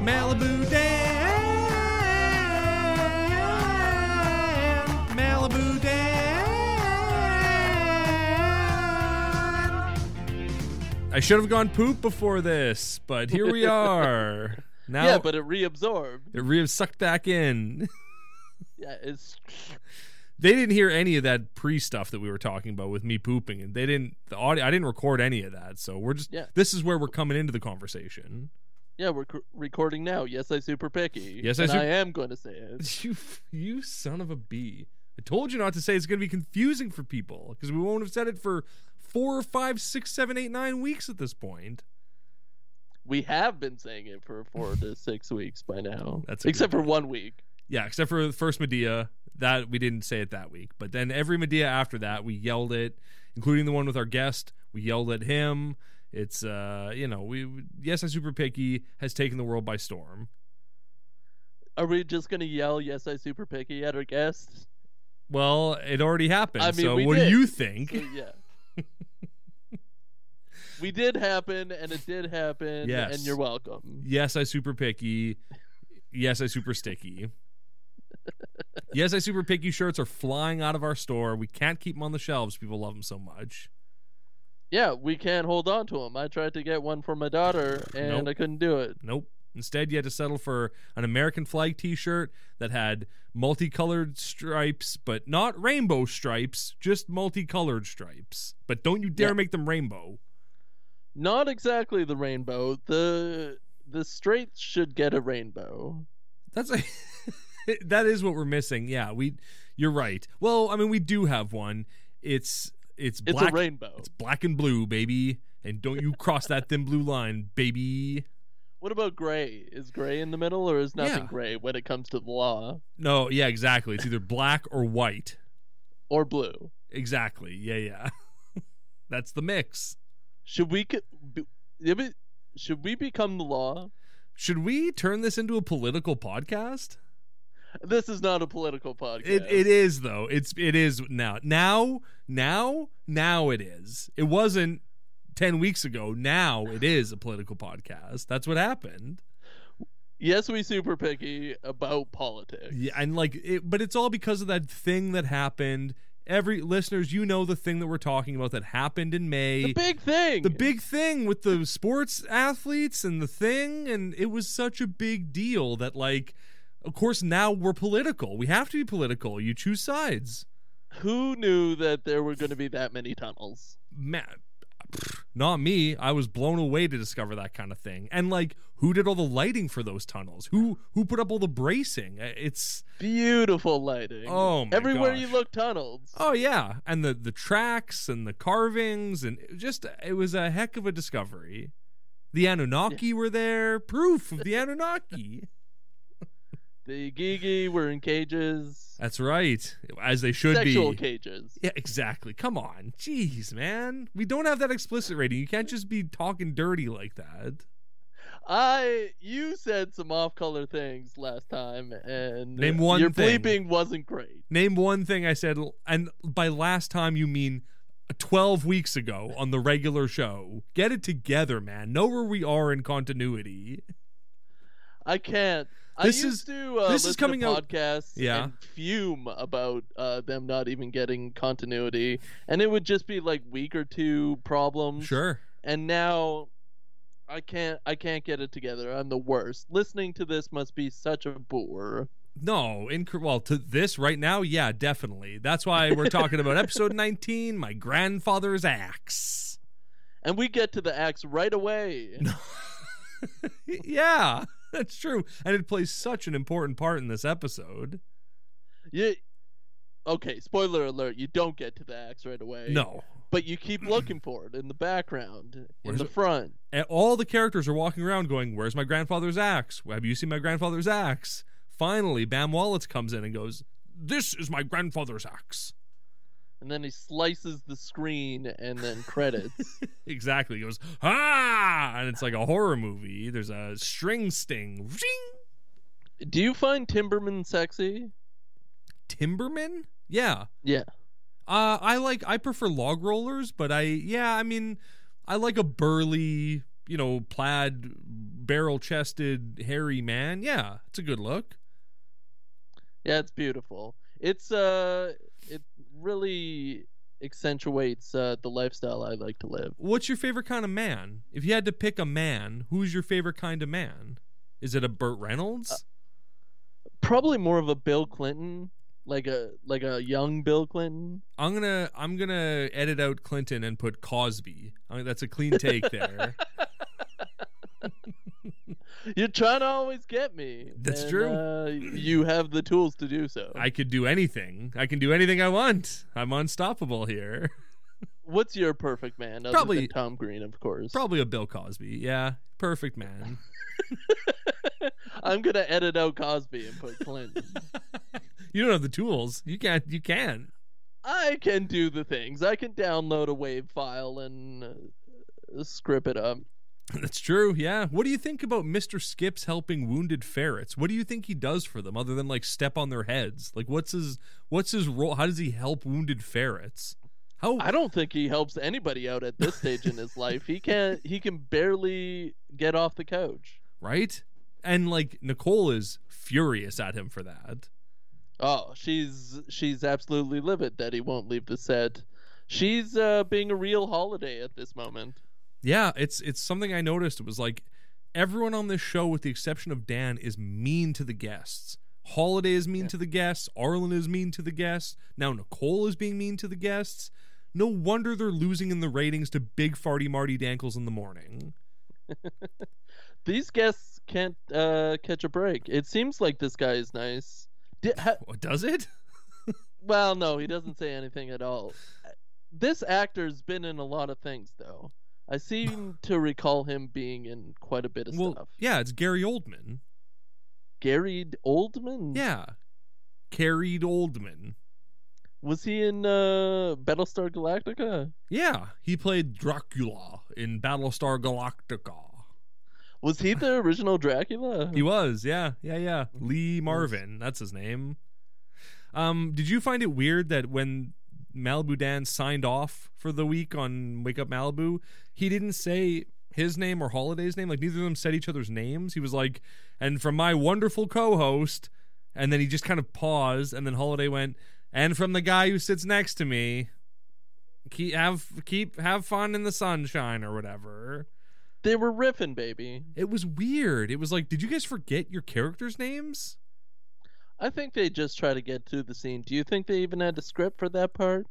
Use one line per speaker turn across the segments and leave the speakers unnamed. Malibu Dan. Malibu Dan. I should have gone poop before this, but here we are. Now
yeah, but it reabsorbed.
it re sucked back in.
Yeah, it's
They didn't hear any of that pre stuff that we were talking about with me pooping, and they didn't. The audio, I didn't record any of that, so we're just.
Yeah.
This is where we're coming into the conversation.
yeah, we're c- recording now. Yes, I super picky.
Yes, I
and
sup-
I am going to say it.
You, you son of a bee! I told you not to say it's going to be confusing for people because we won't have said it for four, five, six, seven, eight, nine weeks at this point.
We have been saying it for four to six weeks by now.
That's a good
except for one week.
Yeah, except for the first Medea that we didn't say it that week, but then every Medea after that we yelled it, including the one with our guest. We yelled at him. It's uh, you know, we yes, I super picky has taken the world by storm.
Are we just going to yell, "Yes, I super picky" at our guest?
Well, it already happened.
I mean,
so
we
what do
did.
you
So,
think?
Uh, yeah. we did happen, and it did happen.
Yes.
and you're welcome.
Yes, I super picky. Yes, I super sticky. yes, I super picky shirts are flying out of our store. We can't keep them on the shelves. People love them so much.
Yeah, we can't hold on to them. I tried to get one for my daughter, and
Nope.
I couldn't do it.
Nope. Instead, you had to settle for an American flag T-shirt that had multicolored stripes, but not rainbow stripes, just multicolored stripes. But don't you dare
Yeah.
make them rainbow.
Not exactly the rainbow. The the straights should get a rainbow.
That's a, that is what we're missing. Yeah, we. You're right. Well, I mean, we do have one. It's it's
It's
black.
a rainbow.
It's black and blue, baby. And don't you cross that thin blue line, baby.
What about gray? Is gray in the middle or is nothing
Yeah.
gray when it comes to the law?
No, yeah, exactly. It's either black or white.
Or blue?
Exactly. Yeah, yeah. That's the mix.
Should we co- be- if it- should we become the law?
Should we turn this into a political podcast?
This is not a political podcast.
It it is though. It's it is now. Now now now it is. It wasn't 10 weeks ago. Now it is a political podcast. That's what happened.
Yes, we super picky about politics.
Yeah, and like it, but it's all because of that thing that happened. Every listeners, you know the thing that we're talking about that happened in May.
The big thing.
the big thing with the sports athletes and the thing and it was such a big deal that like of course now we're political we have to be political you choose sides
Who knew that there were going to be that many tunnels?
Matt, not me i was blown away to discover that kind of thing and like who did all the lighting for those tunnels who who put up all the bracing Uh, it's
Beautiful lighting.
Oh my
Everywhere you
gosh.
look tunnels.
oh yeah and the the tracks and the carvings and it just it was a heck of a discovery the anunnaki were there proof of the anunnaki
The Gigi were in cages.
That's right. As they should
sexual
be.
cages.
yeah, exactly. Come on. Jeez, man. We don't have that explicit rating. You can't just be talking dirty like that.
I you said some off color things last time and
Name one
your
thing.
bleeping wasn't great.
Name one thing I said and by last time you mean 12 weeks ago on the regular show. Get it together, man. Know where we are in continuity.
I can't
This
I
is-
used to uh,
this is
listen
coming
to
out-
podcasts
Yeah.
and fume about uh, them not even getting continuity and it would just be like week or two problems.
Sure.
And now I can't I can't get it together. I'm the worst. Listening to this must be such a bore.
No, in well to this right now, yeah, definitely. That's why we're talking about episode 19, my grandfather's axe.
And we get to the axe right away.
yeah, that's true. And it plays such an important part in this episode.
You, okay, spoiler alert, you don't get to the axe right away.
No.
But you keep looking for it in the background, in
Where's
the
it?
front.
And all the characters are walking around going, Where's my grandfather's axe? Have you seen my grandfather's axe? Finally, Bam Wallets comes in and goes, This is my grandfather's axe.
And then he slices the screen and then credits.
Exactly. He goes, Ah! And it's like a horror movie. There's a string sting. Zing!
Do you find Timberman sexy?
Timberman? Yeah.
Yeah.
Uh, I like I prefer log rollers, but I yeah, I mean, I like a burly you know, plaid, barrel chested, hairy man. Yeah, it's a good look.
Yeah, it's beautiful. It's uh, it really accentuates uh, the lifestyle I like to live.
What's your favorite kind of man? If you had to pick a man, who's your favorite kind of man? Is it a Burt Reynolds?
Probably more of a Bill Clinton, like a like a young Bill Clinton.
I'm gonna I'm gonna edit out Clinton and put Cosby. I mean, that's a clean take there.
You're trying to always get me.
That's
and,
true.
Uh, you have the tools to do so.
I could do anything. I can do anything I want. I'm unstoppable here.
What's your perfect man? Other
Probably-
than Tom Green, of course.
Probably a Bill Cosby. Yeah, perfect man.
I'm gonna edit out Cosby and put Clinton.
you don't have the tools. You can't. You can.
I can do the things. I can download a wave file and uh, script it up.
That's true. Yeah. What do you think about Mr. Skips helping wounded ferrets? What do you think he does for them other than like step on their heads? Like what's his what's his role? How does he help wounded ferrets? How
I don't think he helps anybody out at this stage in his life. He can't. He can barely get off the couch.
right? And like Nicole is furious at him for that.
Oh, she's she's absolutely livid that he won't leave the set. She's uh, being a real holiday at this moment.
Yeah, it's it's something I noticed. It was like everyone on this show, with the exception of Dan, is mean to the guests. Holiday is mean
Yeah.
to the guests. Arlen is mean to the guests. Now Nicole is being mean to the guests. No wonder they're losing in the ratings to Big Farty Marty Dankles in the morning.
These guests can't uh, catch a break. It seems like this guy is nice. Di- ha-
What does it?
well, no, he doesn't say anything at all. This actor's been in a lot of things, though. I seem to recall him being in quite a bit of
Well,
stuff.
yeah, it's Gary Oldman.
Gary Oldman.
Yeah, carried Oldman.
Was he in uh, Battlestar Galactica?
Yeah, he played Dracula in Battlestar Galactica.
Was he the original Dracula?
He was, yeah, yeah, yeah. Lee Marvin, that's his name. Um, did you find it weird that when Malibu Dan signed off for the week on Wake Up Malibu, he didn't say his name or Holiday's name? Like neither of them said each other's names. He was like, "And from my wonderful co-host," and then he just kind of paused, and then Holiday went, "And from the guy who sits next to me." Keep have keep have fun in the sunshine or whatever.
They were riffing, baby.
It was weird. It was like, did you guys forget your characters' names?
I think they just try to get to the scene. Do you think they even had a script for that part?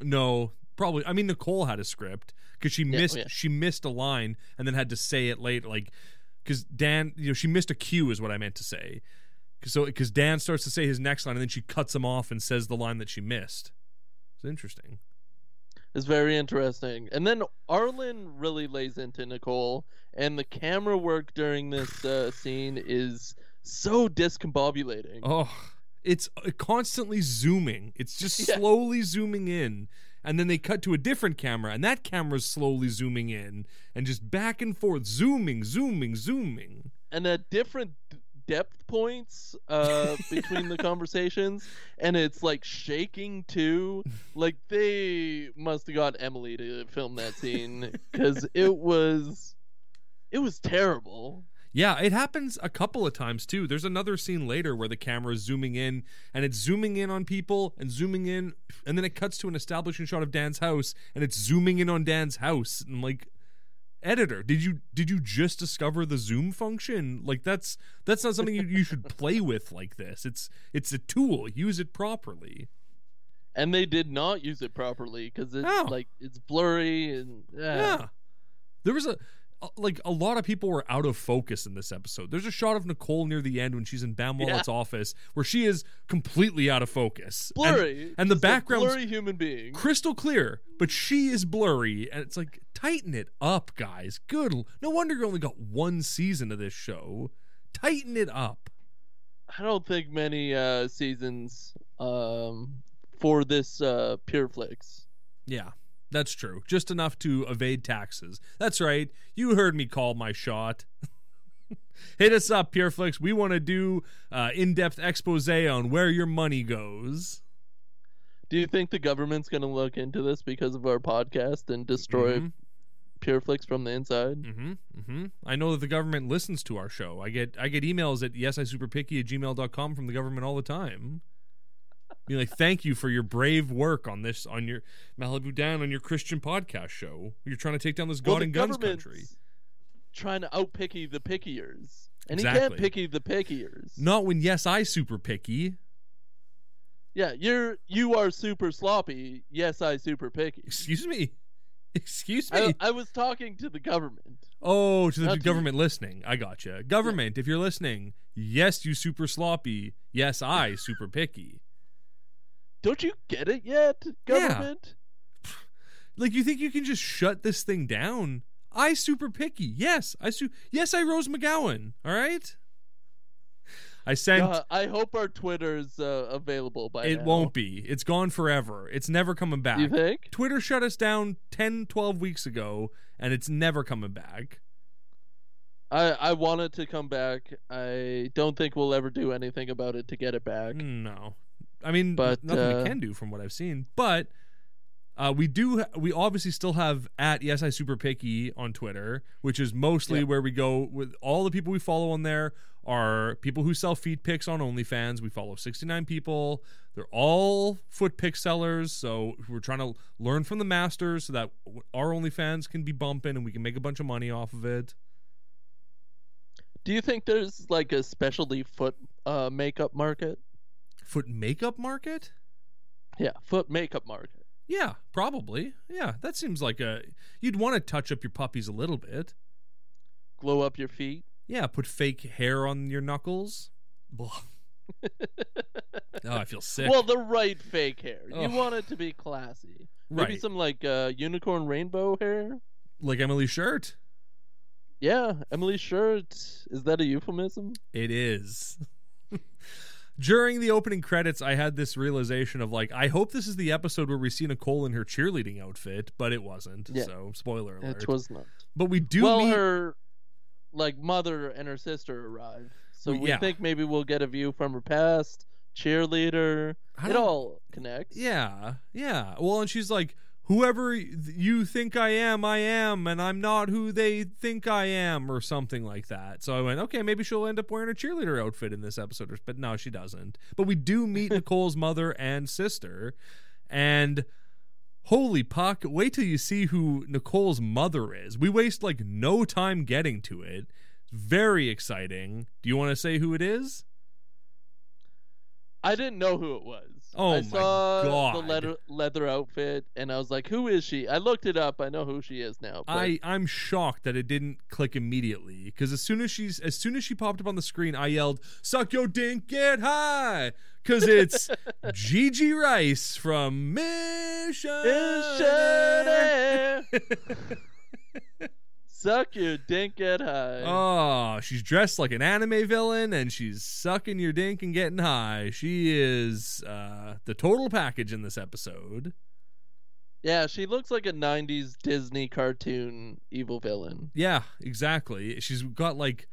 No, probably. I mean, Nicole had a script because she
Yeah, oh,
missed
yeah.
she missed a line and then had to say it later. Like, because Dan, you know, she missed a cue is what I meant to say. 'Cause So, because Dan starts to say his next line and then she cuts him off and says the line that she missed. It's interesting.
It's very interesting. And then Arlen really lays into Nicole, and the camera work during this uh, scene is so discombobulating.
Oh, it's constantly zooming. It's just
Yeah.
slowly zooming in. And then they cut to a different camera, and that camera's slowly zooming in and just back and forth, zooming, zooming, zooming.
And at different d- depth points uh, between the conversations, and it's like shaking too. Like they must have got Emily to film that scene because it was, it was terrible.
Yeah, it happens a couple of times too. There's another scene later where the camera is zooming in and it's zooming in on people and zooming in, and then it cuts to an establishing shot of Dan's house and it's zooming in on Dan's house. And like, editor, did you did you just discover the zoom function? Like that's that's not something you, you should play with like this. It's it's a tool. Use it properly.
and they did not use it properly because it's
Oh.
like it's blurry and yeah.
Yeah. There was a a- like a lot of people were out of focus in this episode. There's a shot of Nicole near the end when she's in Bam Wallet's office where she is completely out of focus. And
blurry
and the
just a
background's-
blurry human being.
crystal clear, but she is blurry and it's like tighten it up, guys. Good. l- No wonder you only got one season of this show. Tighten it up.
I don't think many uh, seasons um, for this uh, pure flicks.
Yeah. That's true. Just enough to evade taxes. That's right. You heard me call my shot. Hit us up, PureFlix. We want to do uh, in-depth expose on where your money goes.
Do you think the government's going to look into this because of our podcast and destroy
Mhm.
PureFlix Pureflix from the inside.
Mm-hmm, mm-hmm. I know that the government listens to our show. I get I get emails at yesisuperpicky at gmail.com from the government all the time. Being like, thank you for your brave work on this, on your Malibu Down, on your Christian podcast show. You're trying to take down this God
the
and Guns
government's
country.
Trying to outpicky the pickiers. And he can't
Exactly.
picky the pickiers.
Not when yes, I super picky.
Yeah, you're you are super sloppy. Yes, I super picky.
Excuse me. Excuse me.
I, I was talking to the government.
Oh, to the
Not to you.
government listening. I gotcha. Government, if you're listening, yes, you super sloppy. Yes, I super picky.
Don't you get it yet,
Yeah.
government?
Like you think you can just shut this thing down? I super picky. Yes, I su- Yes, I Rose McGowan. All right. I sent.
Uh, I hope our Twitter's uh, available by
it
now.
won't be. It's gone forever. It's never coming back.
You think?
Twitter shut us down 10, 12 weeks ago, and it's never coming back.
I I want it to come back. I don't think we'll ever do anything about it to get it back.
Mm. No, I mean,
But,
nothing
uh,
we can do from what I've seen. But uh, we do. ha- We obviously still have at yes I super picky on Twitter, which is mostly
Yeah.
where we go with all the people we follow on there are people who sell feed picks on OnlyFans. We follow 69 people. They're all foot pick sellers, so we're trying to learn from the masters so that w- our OnlyFans can be bumping and we can make a bunch of money off of it.
Do you think there's like a specialty foot uh, makeup market?
Foot makeup market?
Yeah, foot makeup market.
Yeah, probably. Yeah, that seems like a you'd want to touch up your puppies a little bit.
Glow up your feet.
Yeah, put fake hair on your knuckles. Blah. oh, I feel sick.
Well, the right fake hair. You
Ugh.
want it to be classy.
right,
Maybe some like uh, unicorn rainbow hair.
like Emily's shirt.
Yeah, Emily Shirt. Is that a euphemism?
It is. During the opening credits, I had this realization of like, I hope this is the episode where we see Nicole in her cheerleading outfit, but it wasn't.
Yeah.
So, spoiler alert.
It was not.
but we do
well,
meet
her like mother and her sister arrive, so
Well,
we
yeah.
think maybe we'll get a view from her past cheerleader.
I
It
don't-
all connects.
Yeah, yeah. Well, and she's like, whoever y- you think I am, I am, and I'm not who they think I am, or something like that. So I went, okay, maybe she'll end up wearing a cheerleader outfit in this episode, or- but no, she doesn't. But we do meet Nicole's mother and sister, and. Holy puck, wait till you see who Nicole's mother is. We waste like no time getting to it. Very exciting. Do you want to say who it is?
I didn't know who it was.
Oh
I
my
saw the
God.
leather leather outfit, and I was like, "Who is she?" I looked it up. I know who she is now. But
I I'm shocked that it didn't click immediately because as soon as she's as soon as she popped up on the screen, I yelled "Suck your dink, get high!" because it's Gigi Rice from Mission.
Missionary. Suck your dink at high.
Oh, she's dressed like an anime villain and she's sucking your dink and getting high. She is uh, the total package in this episode.
Yeah, she looks like a 90s Disney cartoon evil villain.
Yeah, exactly. She's got like,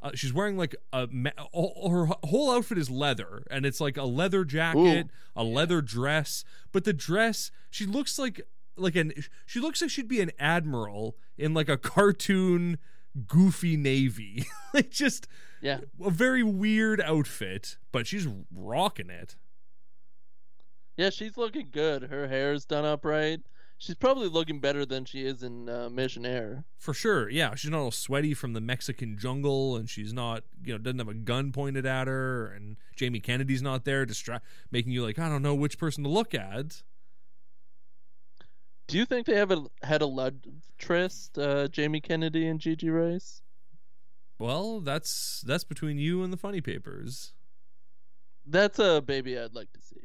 uh, she's wearing like a ma- all, all her whole outfit is leather, and it's like a leather jacket, a leather dress. But the dress, she looks like like an she looks like she'd be an admiral in like a cartoon goofy navy, like just
Yeah.
a very weird outfit. But she's rocking it.
Yeah, she's looking good. Her hair's done up right. She's probably looking better than she is in uh, Missionaire.
For sure, yeah. She's not all sweaty from the Mexican jungle, and she's not, you know, doesn't have a gun pointed at her, and Jamie Kennedy's not there, distra- making you like, I don't know which person to look at.
Do you think they have a, had a love tryst, uh, Jamie Kennedy and Gigi Rice?
Well, that's that's between you and the funny papers.
That's a baby I'd like to see.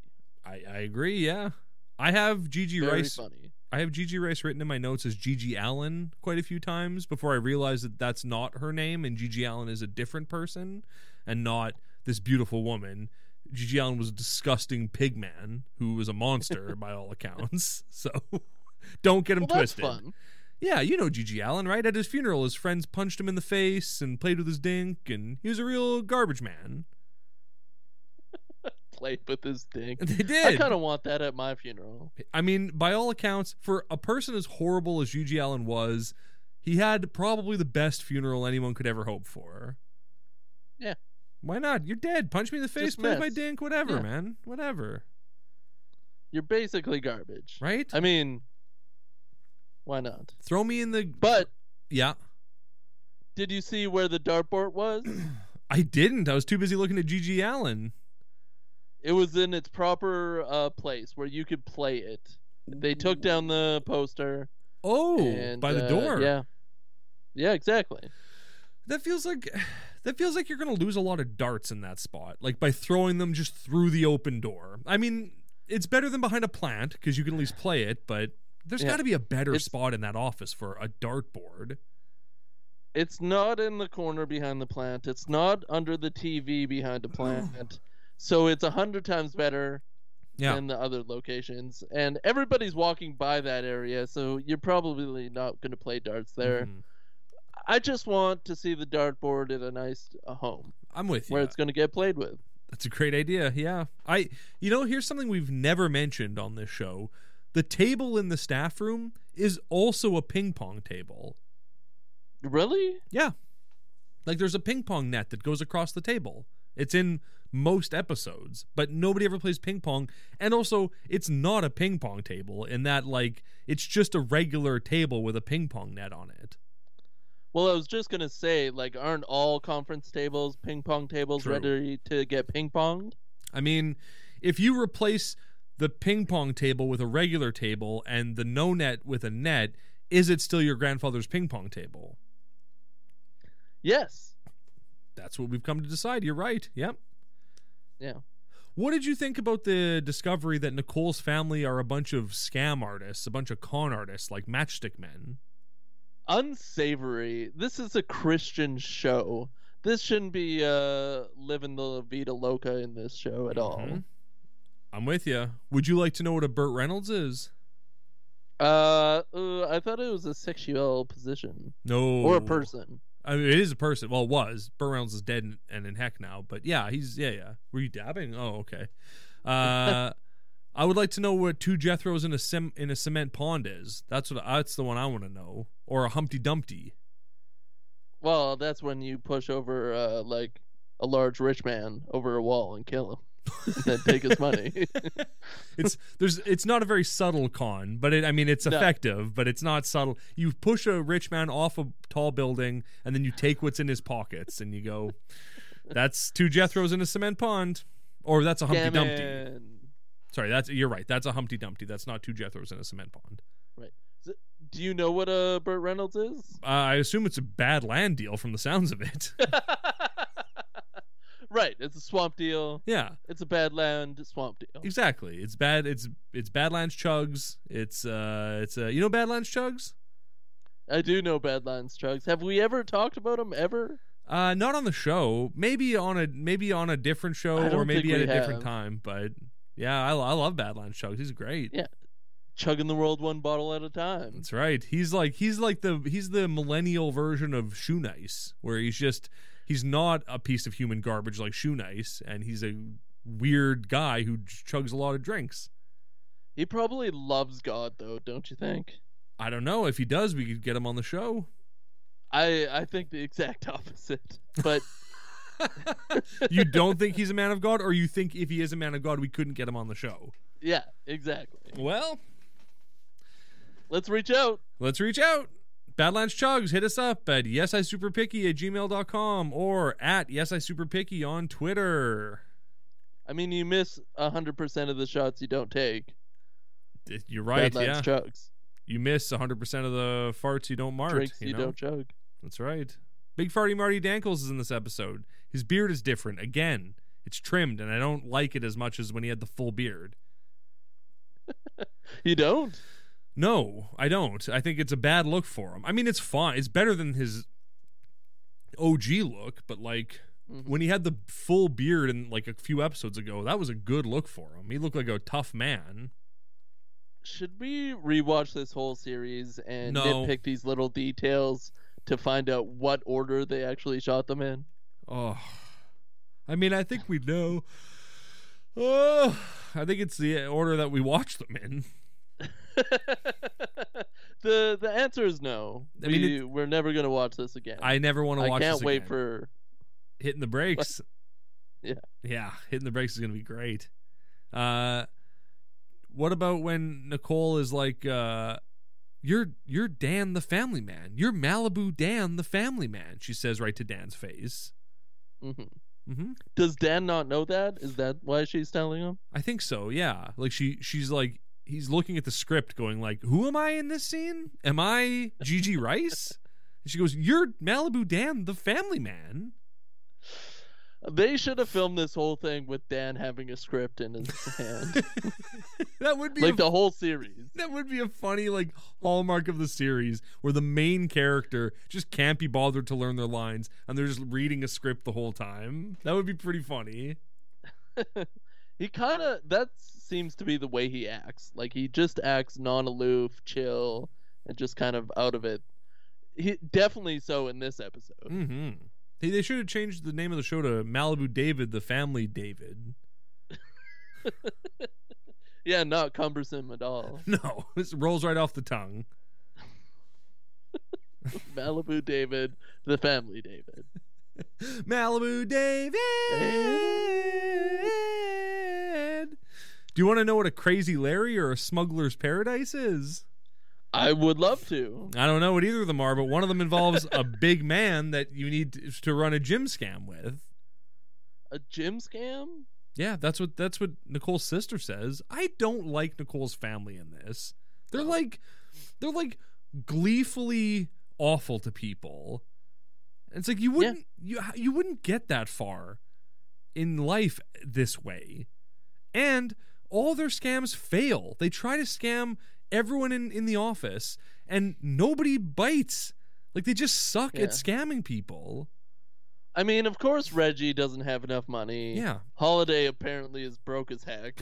I, I agree, yeah. I have Gigi
Very
Rice.
funny.
I have Gigi Rice written in my notes as Gigi Allen quite a few times before I realized that that's not her name and Gigi Allen is a different person and not this beautiful woman. Gigi Allen was a disgusting pig man who was a monster by all accounts. So don't get him
Well, that's
twisted.
fun.
Yeah, you know Gigi Allen, right? At his funeral, his friends punched him in the face and played with his dink, and he was a real garbage man.
played with his dick.
They
I
did.
kind of want that at my funeral.
I mean, by all accounts, for a person as horrible as Yuji Allen was, he had probably the best funeral anyone could ever hope for.
Yeah.
Why not? You're dead. Punch me in the face.
Just
Play with my
mess.
dink. Whatever,
Yeah.
man. Whatever.
You're basically garbage.
Right?
I mean, why not?
Throw me in the.
But
yeah.
did you see where the dartboard was?
I didn't. I was too busy looking at Gigi Allen.
It was in its proper uh, place where you could play it. They took down the poster.
Oh,
and,
by the
uh,
door.
Yeah. Yeah, exactly.
That feels like. That feels like you're going to lose a lot of darts in that spot, like by throwing them just through the open door. I mean, it's better than behind a plant because you can at least play it, but there's
Yeah.
got to be a better
It's-
spot in that office for a dartboard.
It's not in the corner behind the plant. It's not under the TV behind the
Oh.
plant. so it's a hundred times better
Yeah.
than the other locations. And everybody's walking by that area, so you're probably not going to play darts there.
Mhm.
I just want to see the dartboard at a nice uh, home
I'm with you.
where it's going to get played with.
That's a great idea. Yeah. I you know, here's something we've never mentioned on this show. The table in the staff room is also a ping pong table.
Really?
Yeah. Like there's a ping pong net that goes across the table. It's in most episodes, but nobody ever plays ping pong. And also, it's not a ping pong table in that like it's just a regular table with a ping pong net on it.
Well, I was just going to say, like, aren't all conference tables, ping pong tables
True.
ready to get ping ponged?
I mean, if you replace the ping pong table with a regular table and the no net with a net, is it still your grandfather's ping pong table?
Yes.
That's what we've come to decide. You're right. Yep.
Yeah.
What did you think about the discovery that Nicole's family are a bunch of scam artists, a bunch of con artists like matchstick men?
Unsavory. This is a Christian show. This shouldn't be uh, living the Vita Loca in this show at all.
Mhm. I'm with you. Would you like to know what a Burt Reynolds is?
Uh, uh, I thought it was a sexual position
No.
or a person.
I mean, it is a person. Well, it was. Burt Reynolds is dead and, and in heck now. But yeah, he's yeah, yeah. Were you dabbing? Oh, okay. Uh, I would like to know what two Jethros in a cem- in a cement pond is. That's what that's the one I want to know. Or a Humpty Dumpty.
Well, that's when you push over uh, like a large rich man over a wall and kill him, and then take his money.
It's there's it's not a very subtle con, but it, I mean it's
No.
effective, but it's not subtle. You push a rich man off a tall building and then you take what's in his pockets and you go, that's two Jethros in a cement pond, or that's a Humpty Dumpty.
Gammon.
Sorry, that's you're right. That's a Humpty Dumpty. That's not two Jethros in a cement pond.
Do you know what a Burt Reynolds is?
Uh, I assume it's a bad land deal from the sounds of it.
right, it's a swamp deal.
yeah,
It's a badland swamp deal.
exactly. It's bad. It's it's Badlands Chugs. It's uh, it's uh, you know Badlands Chugs.
I do know badlands chugs. Have we ever talked about them ever?
Uh, not on the show. Maybe on a maybe on a different show
I don't
or maybe
think
at a
we
different
have.
time. But yeah, I, lo- I love Badlands Chugs. He's great.
Yeah. Chugging the world one bottle at a time.
That's right. He's like he's like the he's the millennial version of Shoe Nice, where he's just he's not a piece of human garbage like Shoe Nice, and he's a weird guy who ch- chugs a lot of drinks.
He probably loves God though, don't you think?
I don't know if he does. We could get him on the show.
I I think the exact opposite. But
you don't think he's a man of God, or you think if he is a man of God, we couldn't get him on the show?
yeah, exactly.
Well,
Let's reach out.
let's reach out. Badlands Chugs, hit us up at yesisuperpicky at gmail.com or at yesisuperpicky on Twitter.
I mean, you miss hundred percent of the shots you don't take.
You're right, yeah.
Badlands chugs,
you miss 100% of the farts you don't mark.
drinks
you,
you,
know?
don't chug.
That's right. Big Farty Marty Dankles is in this episode. His beard is different. Again, it's trimmed, and I don't like it as much as when he had the full beard.
You don't.
No, I don't. I think it's a bad look for him. I mean, it's fine. It's better than his OG look, but like
Mhm.
when he had the full beard in like a few episodes ago, that was a good look for him. He looked like a tough man.
Should we rewatch this whole series and
No.
nitpick these little details to find out what order they actually shot them in?
Oh, I mean, I think we know. Oh, I think it's the order that we watched them in.
the the answer is no.
I mean,
we,
it's-
we're never gonna watch this again.
I never want to
I
watch.
can't
this
wait
again.
for
hitting the brakes.
Yeah.
yeah, hitting the brakes is gonna be great. Uh, what about when Nicole is like, uh, "You're you're Dan the Family Man. You're Malibu Dan the Family Man." She says right to Dan's face.
Mhm.
hmm
Does Dan not know that? Is that why she's telling him?
I think so. Yeah, like she she's like he's looking at the script, going like, "Who am I in this scene? Am I Gigi Rice?" And she goes, "You're Malibu Dan the Family Man."
They should have filmed this whole thing with Dan having a script in his hand,
that would be a
like the whole series.
That would be a funny like hallmark of the series where the main character just can't be bothered to learn their lines and they're just reading a script the whole time. That would be pretty funny.
He kind of that seems to be the way he acts. Like he just acts non-aloof, chill, and just kind of out of it. He definitely so in this episode.
hmm Hey, they should have changed the name of the show to Malibu David, the Family David.
Yeah, not cumbersome at all.
No, this rolls right off the tongue.
Malibu David, the family David.
Malibu David. Do you want to know what a crazy Larry or a smuggler's paradise is?
I would love to.
I don't know what either of them are, but one of them involves a big man that you need to- to run a gym scam with.
A gym scam?
Yeah, that's what that's what Nicole's sister says. I don't like Nicole's family in this. They're like they're like gleefully awful to people. And It's like you wouldn't you you wouldn't get that far in life this way. And all their scams fail. They try to scam everyone in in the office and nobody bites. Like they just suck
Yeah.
at scamming people.
I mean, of course Reggie doesn't have enough money.
Yeah.
Holiday apparently is broke as heck.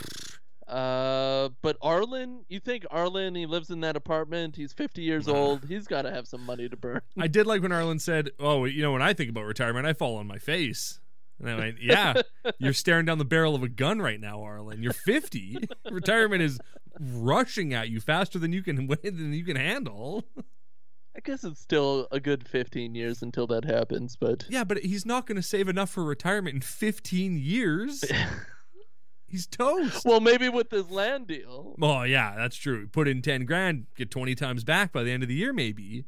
Uh, but Arlen, you think Arlen? He lives in that apartment. He's 50 years
Nah.
old. He's got to have some money to burn.
I did like when Arlen said, "Oh, you know, when I think about retirement, I fall on my face." And I went, "Yeah, you're staring down the barrel of a gun right now, Arlen. You're 50. retirement is rushing at you faster than you can than you can handle."
I guess it's still a good 15 years until that happens, but
Yeah, but he's not going to save enough for retirement in 15 years. He's toast.
well, maybe with this land deal.
Oh yeah, that's true. Put in 10 grand, get 20 times back by the end of the year maybe.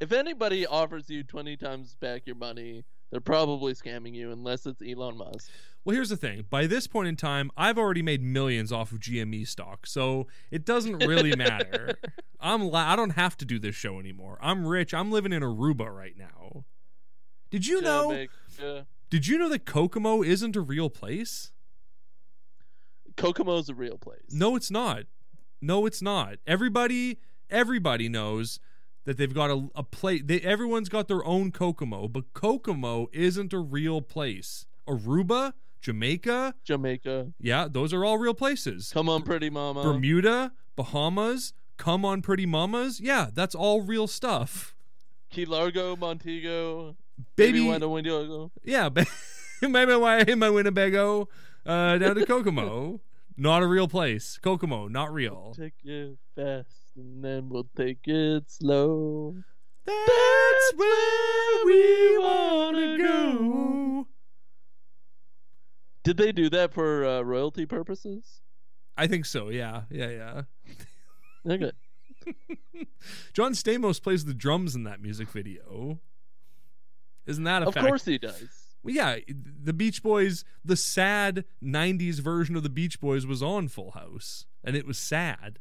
If anybody offers you 20 times back your money, they're probably scamming you unless it's Elon Musk.
Well, here's the thing. By this point in time, I've already made millions off of GME stock, so it doesn't really matter. I'm la- I don't have to do this show anymore. I'm rich. I'm living in Aruba right now. Did you know?
Jamaica.
Did you know that Kokomo isn't a real place?
Kokomo's a real place.
No, it's not. No, it's not. Everybody, everybody knows that they've got a, a place. They, everyone's got their own Kokomo, but Kokomo isn't a real place. Aruba, Jamaica,
Jamaica.
yeah, those are all real places.
Come on, pretty mama.
Bermuda, Bahamas, Come on Pretty Mamas. Yeah, that's all real stuff.
Key Largo, Montego.
Baby,
Baby Wanda Wendigo.
yeah, ba- maybe why I hit my Winnebago uh, down to Kokomo. not a real place. Kokomo, not real.
Take it fast and then we'll take it slow.
That's where we wanna go.
Did they do that for uh, royalty purposes?
I think so. Yeah, yeah, yeah.
Okay.
John Stamos plays the drums in that music video. Isn't that a
of
fact?
course he does.
Well, yeah, the Beach Boys, the sad '90s version of the Beach Boys was on Full House, and it was sad.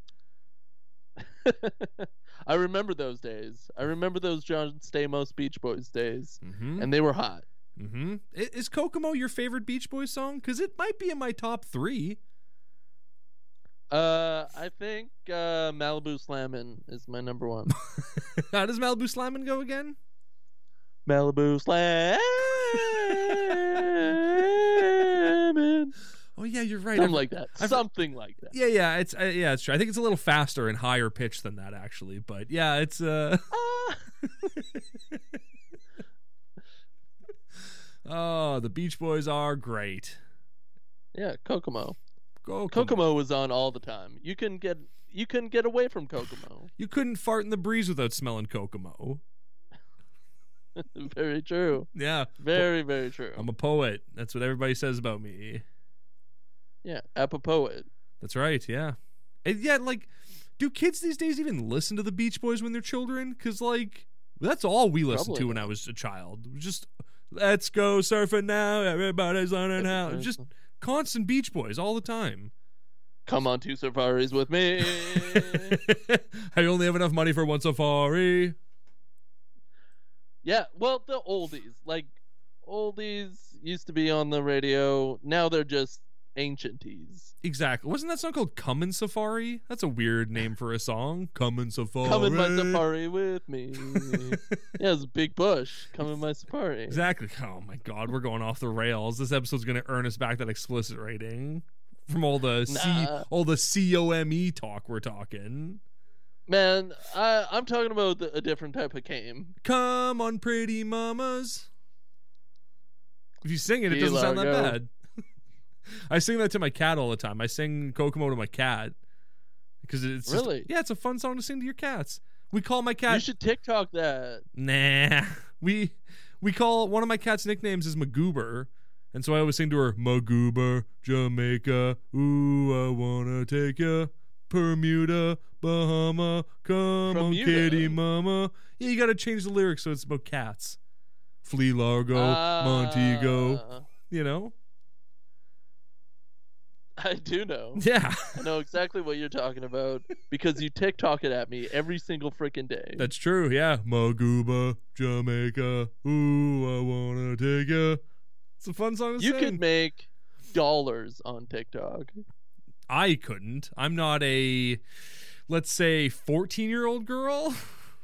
I remember those days. I remember those John Stamos Beach Boys days,
Mm-hmm.
and they were hot.
mm-hmm. Is Kokomo your favorite Beach Boys song? Because it might be in my top three.
Uh, I think uh, Malibu Slammin' is my number one.
How does Malibu Slammin' go again?
Malibu Slammin'.
Oh yeah, you're right.
Something
I've-
like that.
I've-
Something like that.
yeah, yeah, it's uh, yeah, it's true. I think it's a little faster and higher pitched than that actually, but yeah, it's uh
Ah.
oh, the Beach Boys are great.
Yeah, Kokomo.
Go
Kokomo was on all the time. You couldn't get you couldn't get away from Kokomo.
You couldn't fart in the breeze without smelling Kokomo.
very true.
Yeah.
Very very true.
I'm a poet. That's what everybody says about me.
Yeah, apropos it.
That's right. Yeah. And yet, like, do kids these days even listen to the Beach Boys when they're children? Because, like, that's all we listened
Probably
to when I was a child. It was Just, let's go surfing now. Everybody's on an out. Just constant Beach Boys all the time.
come on two safaris with me.
I only have enough money for one safari.
yeah, well the oldies like oldies used to be on the radio. Now they're just ancienties.
Exactly. Wasn't that song called Comin' Safari? That's a weird name for a song. Comin' Safari.
Come in my safari with me. yeah, it's Big Bush. Come in my safari.
Exactly. Oh my god, we're going off the rails. This episode's gonna earn us back that explicit rating from all the
Nah.
C all the C O M E talk we're talking.
Man, I, I'm talking about the, a different type of game.
Come on, pretty mamas. If you sing it, it
Be
doesn't sound that
largo.
bad. I sing that to my cat all the time. I sing Kokomo to my cat because it's just-
Really?
yeah, it's a fun song to sing to your cats. We call my
You
cat
should TikTok that.
Nah. We we call one of my cat's nicknames is Magoober. And so I always sing to her, Magoober, Jamaica, ooh, I wanna take ya, Bermuda, Bahama, come on,
Bermuda?
kitty mama. Yeah, you gotta change the lyrics so it's about cats. Flea Largo,
Ah.
Montego,
Uh,
you know?
I do know.
Yeah,
I know exactly what you're talking about because you TikTok it at me every single freaking day.
that's true, yeah. Magooba, Jamaica, ooh, I wanna take ya. It's a fun song to
you
sing.
could make dollars on TikTok.
I couldn't. I'm not a let's say 14 year old girl.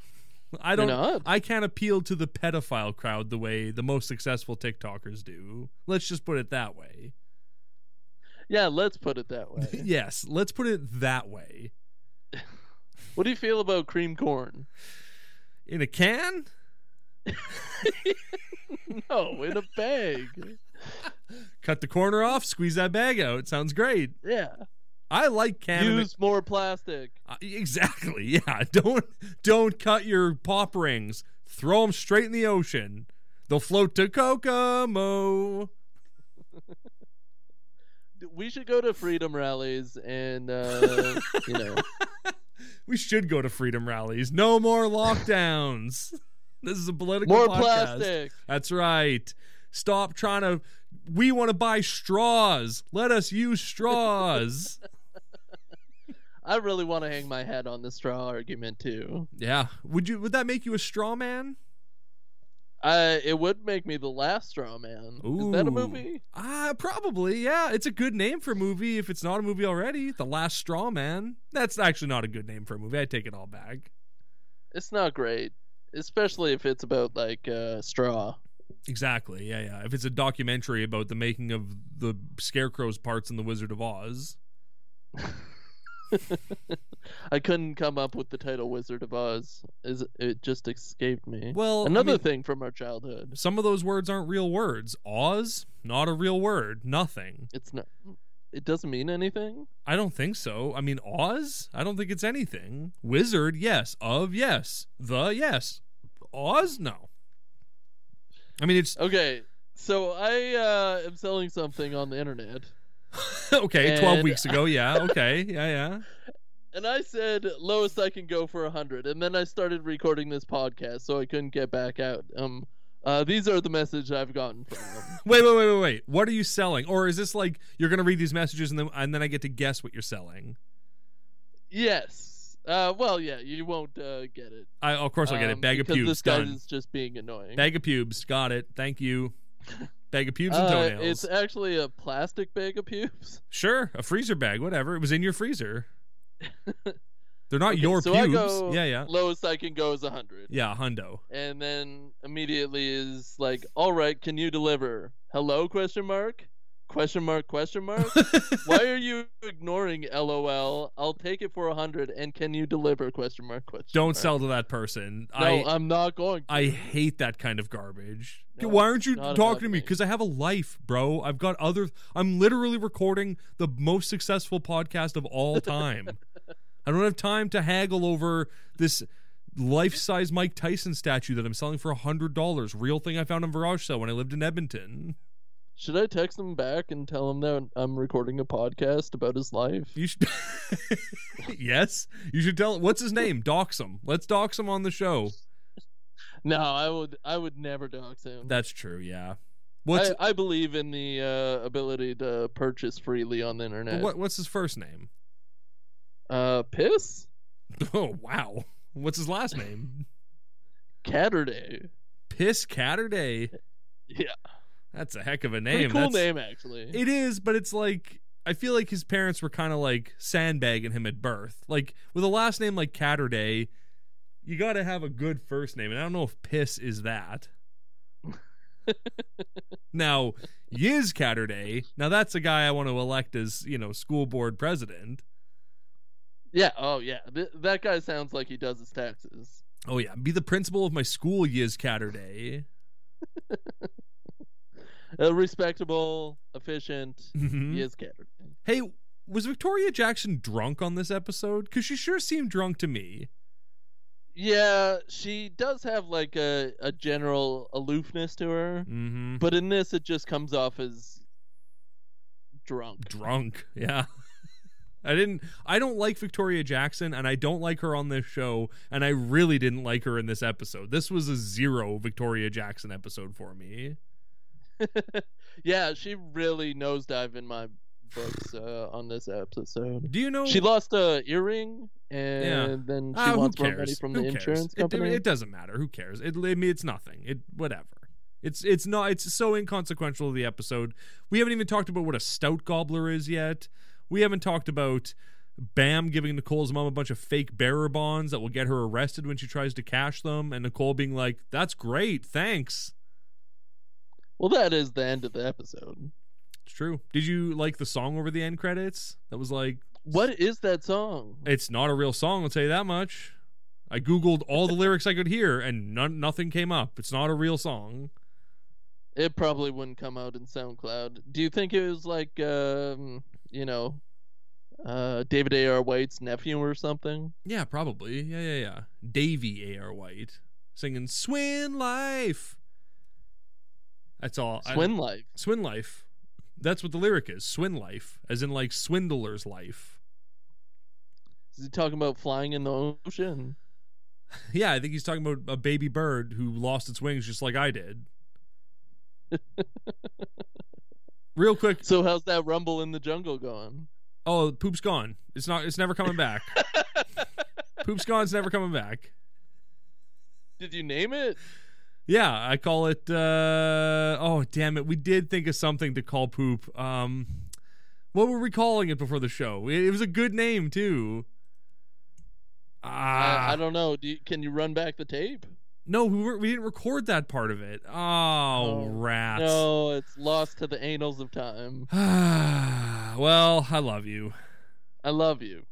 I
You're
don't.
not?
I can't appeal to the pedophile crowd the way the most successful TikTokers do. Let's just put it that way.
Yeah, let's put it that way.
yes, let's put it that way.
what do you feel about cream corn?
In a can?
No, in a bag.
Cut the corner off, squeeze that bag out. Sounds great.
Yeah.
I like can. in a-
Use more plastic.
Uh, exactly. Yeah. Don't don't cut your pop rings. Throw them straight in the ocean. They'll float to Kokomo.
We should go to freedom rallies and, uh, you know.
We should go to freedom rallies. No more lockdowns. this is a political
More
podcast.
plastic.
That's right. Stop trying to. We want to buy straws. Let us use straws.
I really want to hang my hat on the straw argument too.
yeah. Would you? Would that make you a straw man?
I it would make me the last straw man. Is that
Ooh.
a movie?
Ah, probably. Yeah. It's a good name for a movie if it's not a movie already. The Last Straw Man. That's actually not a good name for a movie. I take it all back.
It's not great, especially if it's about like uh, straw.
Exactly. Yeah. Yeah. If it's a documentary about the making of the Scarecrow's parts in The Wizard of Oz.
I couldn't come up with the title Wizard of Oz. Is it just escaped me?
Well, I
another
mean-
thing from our childhood.
Some of those words aren't real words. Oz, not a real word. Nothing.
It's not. It doesn't mean anything.
I don't think so. I mean, Oz? I don't think it's anything. Wizard, yes. Of, yes. The, yes. Oz, no. I mean, it's
Okay, so I uh, am selling something on the internet,
okay. Twelve
And-
weeks ago, yeah. Okay, yeah, yeah.
and I said lowest I can go for a hundred, and then I started recording this podcast, so I couldn't get back out. Um, uh, these are the message I've gotten from them.
Wait, wait, wait, wait, wait. What are you selling? Or is this like you're gonna read these messages and then and then I get to guess what you're selling?
yes. Uh, well, yeah, you won't uh, get it.
I of course I'll get
um,
it. Bag of
because
pubes,
This guy
done.
is just being annoying.
Bag of pubes, got it. Thank you. Bag of pubes and
Uh,
toenails.
it's actually a plastic bag of pubes.
Sure, a freezer bag, whatever. It was in your freezer. They're not
Okay,
your
so I
pubes.
go
yeah, yeah.
Lowest I can go is a hundred.
Yeah, hundo.
and then immediately is like, "All right, can you deliver?" Hello? Question mark. question mark question mark why are you ignoring lol i'll take it for 100 and can you deliver question mark question
Don't
mark.
sell to that person.
no
I
i'm not going to.
I hate that kind of garbage.
No,
Why
it's
aren't you talking
not
to
about
me?
me.
Because I have a life, bro. I've got other. I'm literally recording the most successful podcast of all time. I don't have time to haggle over this life-size Mike Tyson statue that I'm selling for hundred dollars. Real thing I found in Virage sale when I lived in Edmonton.
should i text him back and tell him that i'm recording a podcast about his life
You should. yes, you should tell. What's his name? Dox him. Let's dox him on the show.
no i would i would never dox him
That's true. Yeah. What's
I, I believe in the uh, ability to purchase freely on the internet.
what, what's his first name?
Uh, piss?
Oh wow. What's his last name?
Catterday.
Piss Catterday.
Yeah.
That's a heck of a
Pretty
name.
cool
That's-
name, actually.
It is, but it's like I feel like his parents were kind of like sandbagging him at birth. Like with a last name like Catterday, you got to have a good first name, and I don't know if Piss is that. now, Yiz Catterday. Now that's a guy I want to elect as you know school board president.
Yeah. Oh, yeah. Th- that guy sounds like he does his taxes.
Oh yeah, be the principal of my school, Yiz Catterday.
Uh, respectable, efficient.
Mhm.
He is Catterday.
Hey, was Victoria Jackson drunk on this episode? Because she sure seemed drunk to me.
Yeah, she does have like a, a general aloofness to her,
Mm-hmm.
but in this, it just comes off as drunk.
Drunk, yeah. I didn't. I don't like Victoria Jackson, and I don't like her on this show, and I really didn't like her in this episode. This was a zero Victoria Jackson episode for me.
yeah, she really nosedive in my books uh, on this episode.
Do you know?
She lost a earring, and
Yeah.
then she
Ah, who
wants more
cares?
money from
Who
the
cares?
insurance
It- I mean,
company.
It, doesn't matter. Who cares? It, I mean, it's nothing. It whatever. It's it's not. It's so inconsequential to the episode. We haven't even talked about what a stout gobbler is yet. We haven't talked about Bam giving Nicole's mom a bunch of fake bearer bonds that will get her arrested when she tries to cash them, and Nicole being like, "That's great, thanks."
Well, that is the end of the episode.
It's true. Did you like the song over the end credits? That was like,
What is that song?
it's not a real song. I'll tell you that much. I googled all the lyrics I could hear, and none, nothing came up. It's not a real song.
It probably wouldn't come out in SoundCloud. Do you think it was like, um, you know, uh, David A.R. White's nephew or something?
Yeah, probably. Yeah, yeah, yeah. Davy A.R. White singing Swin Life. That's all. Oh, I-
Swin Life.
Swin Life. That's what the lyric is. Swin Life, as in like swindler's life.
Is he talking about flying in the ocean?
Yeah, I think he's talking about a baby bird who lost its wings just like I did. Real quick.
So how's that rumble in the jungle going?
Oh, poop's gone. It's not it's never coming back. poop's gone's never coming back.
Did you name it?
Yeah, I call it. Uh, oh, damn it! We did think of something to call poop. Um, what were we calling it before the show? It, it was a good name too. Ah,
I, I don't know. Do you, can you run back the tape?
no, we were, we didn't record that part of it. Oh,
Oh,
rats.
No, it's lost to the annals of time.
well, I love you.
I love you.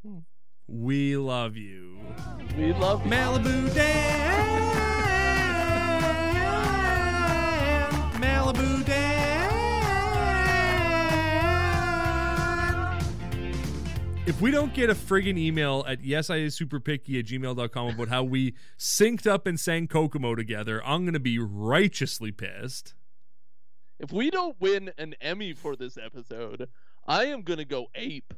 We love you.
We love you.
Malibu Dan. Malibu Dan. If we don't get a friggin' email at yesiisuperpicky at gmail.com about how we synced up and sang Kokomo together, I'm going to be righteously pissed.
If we don't win an Emmy for this episode, I am gonna go ape.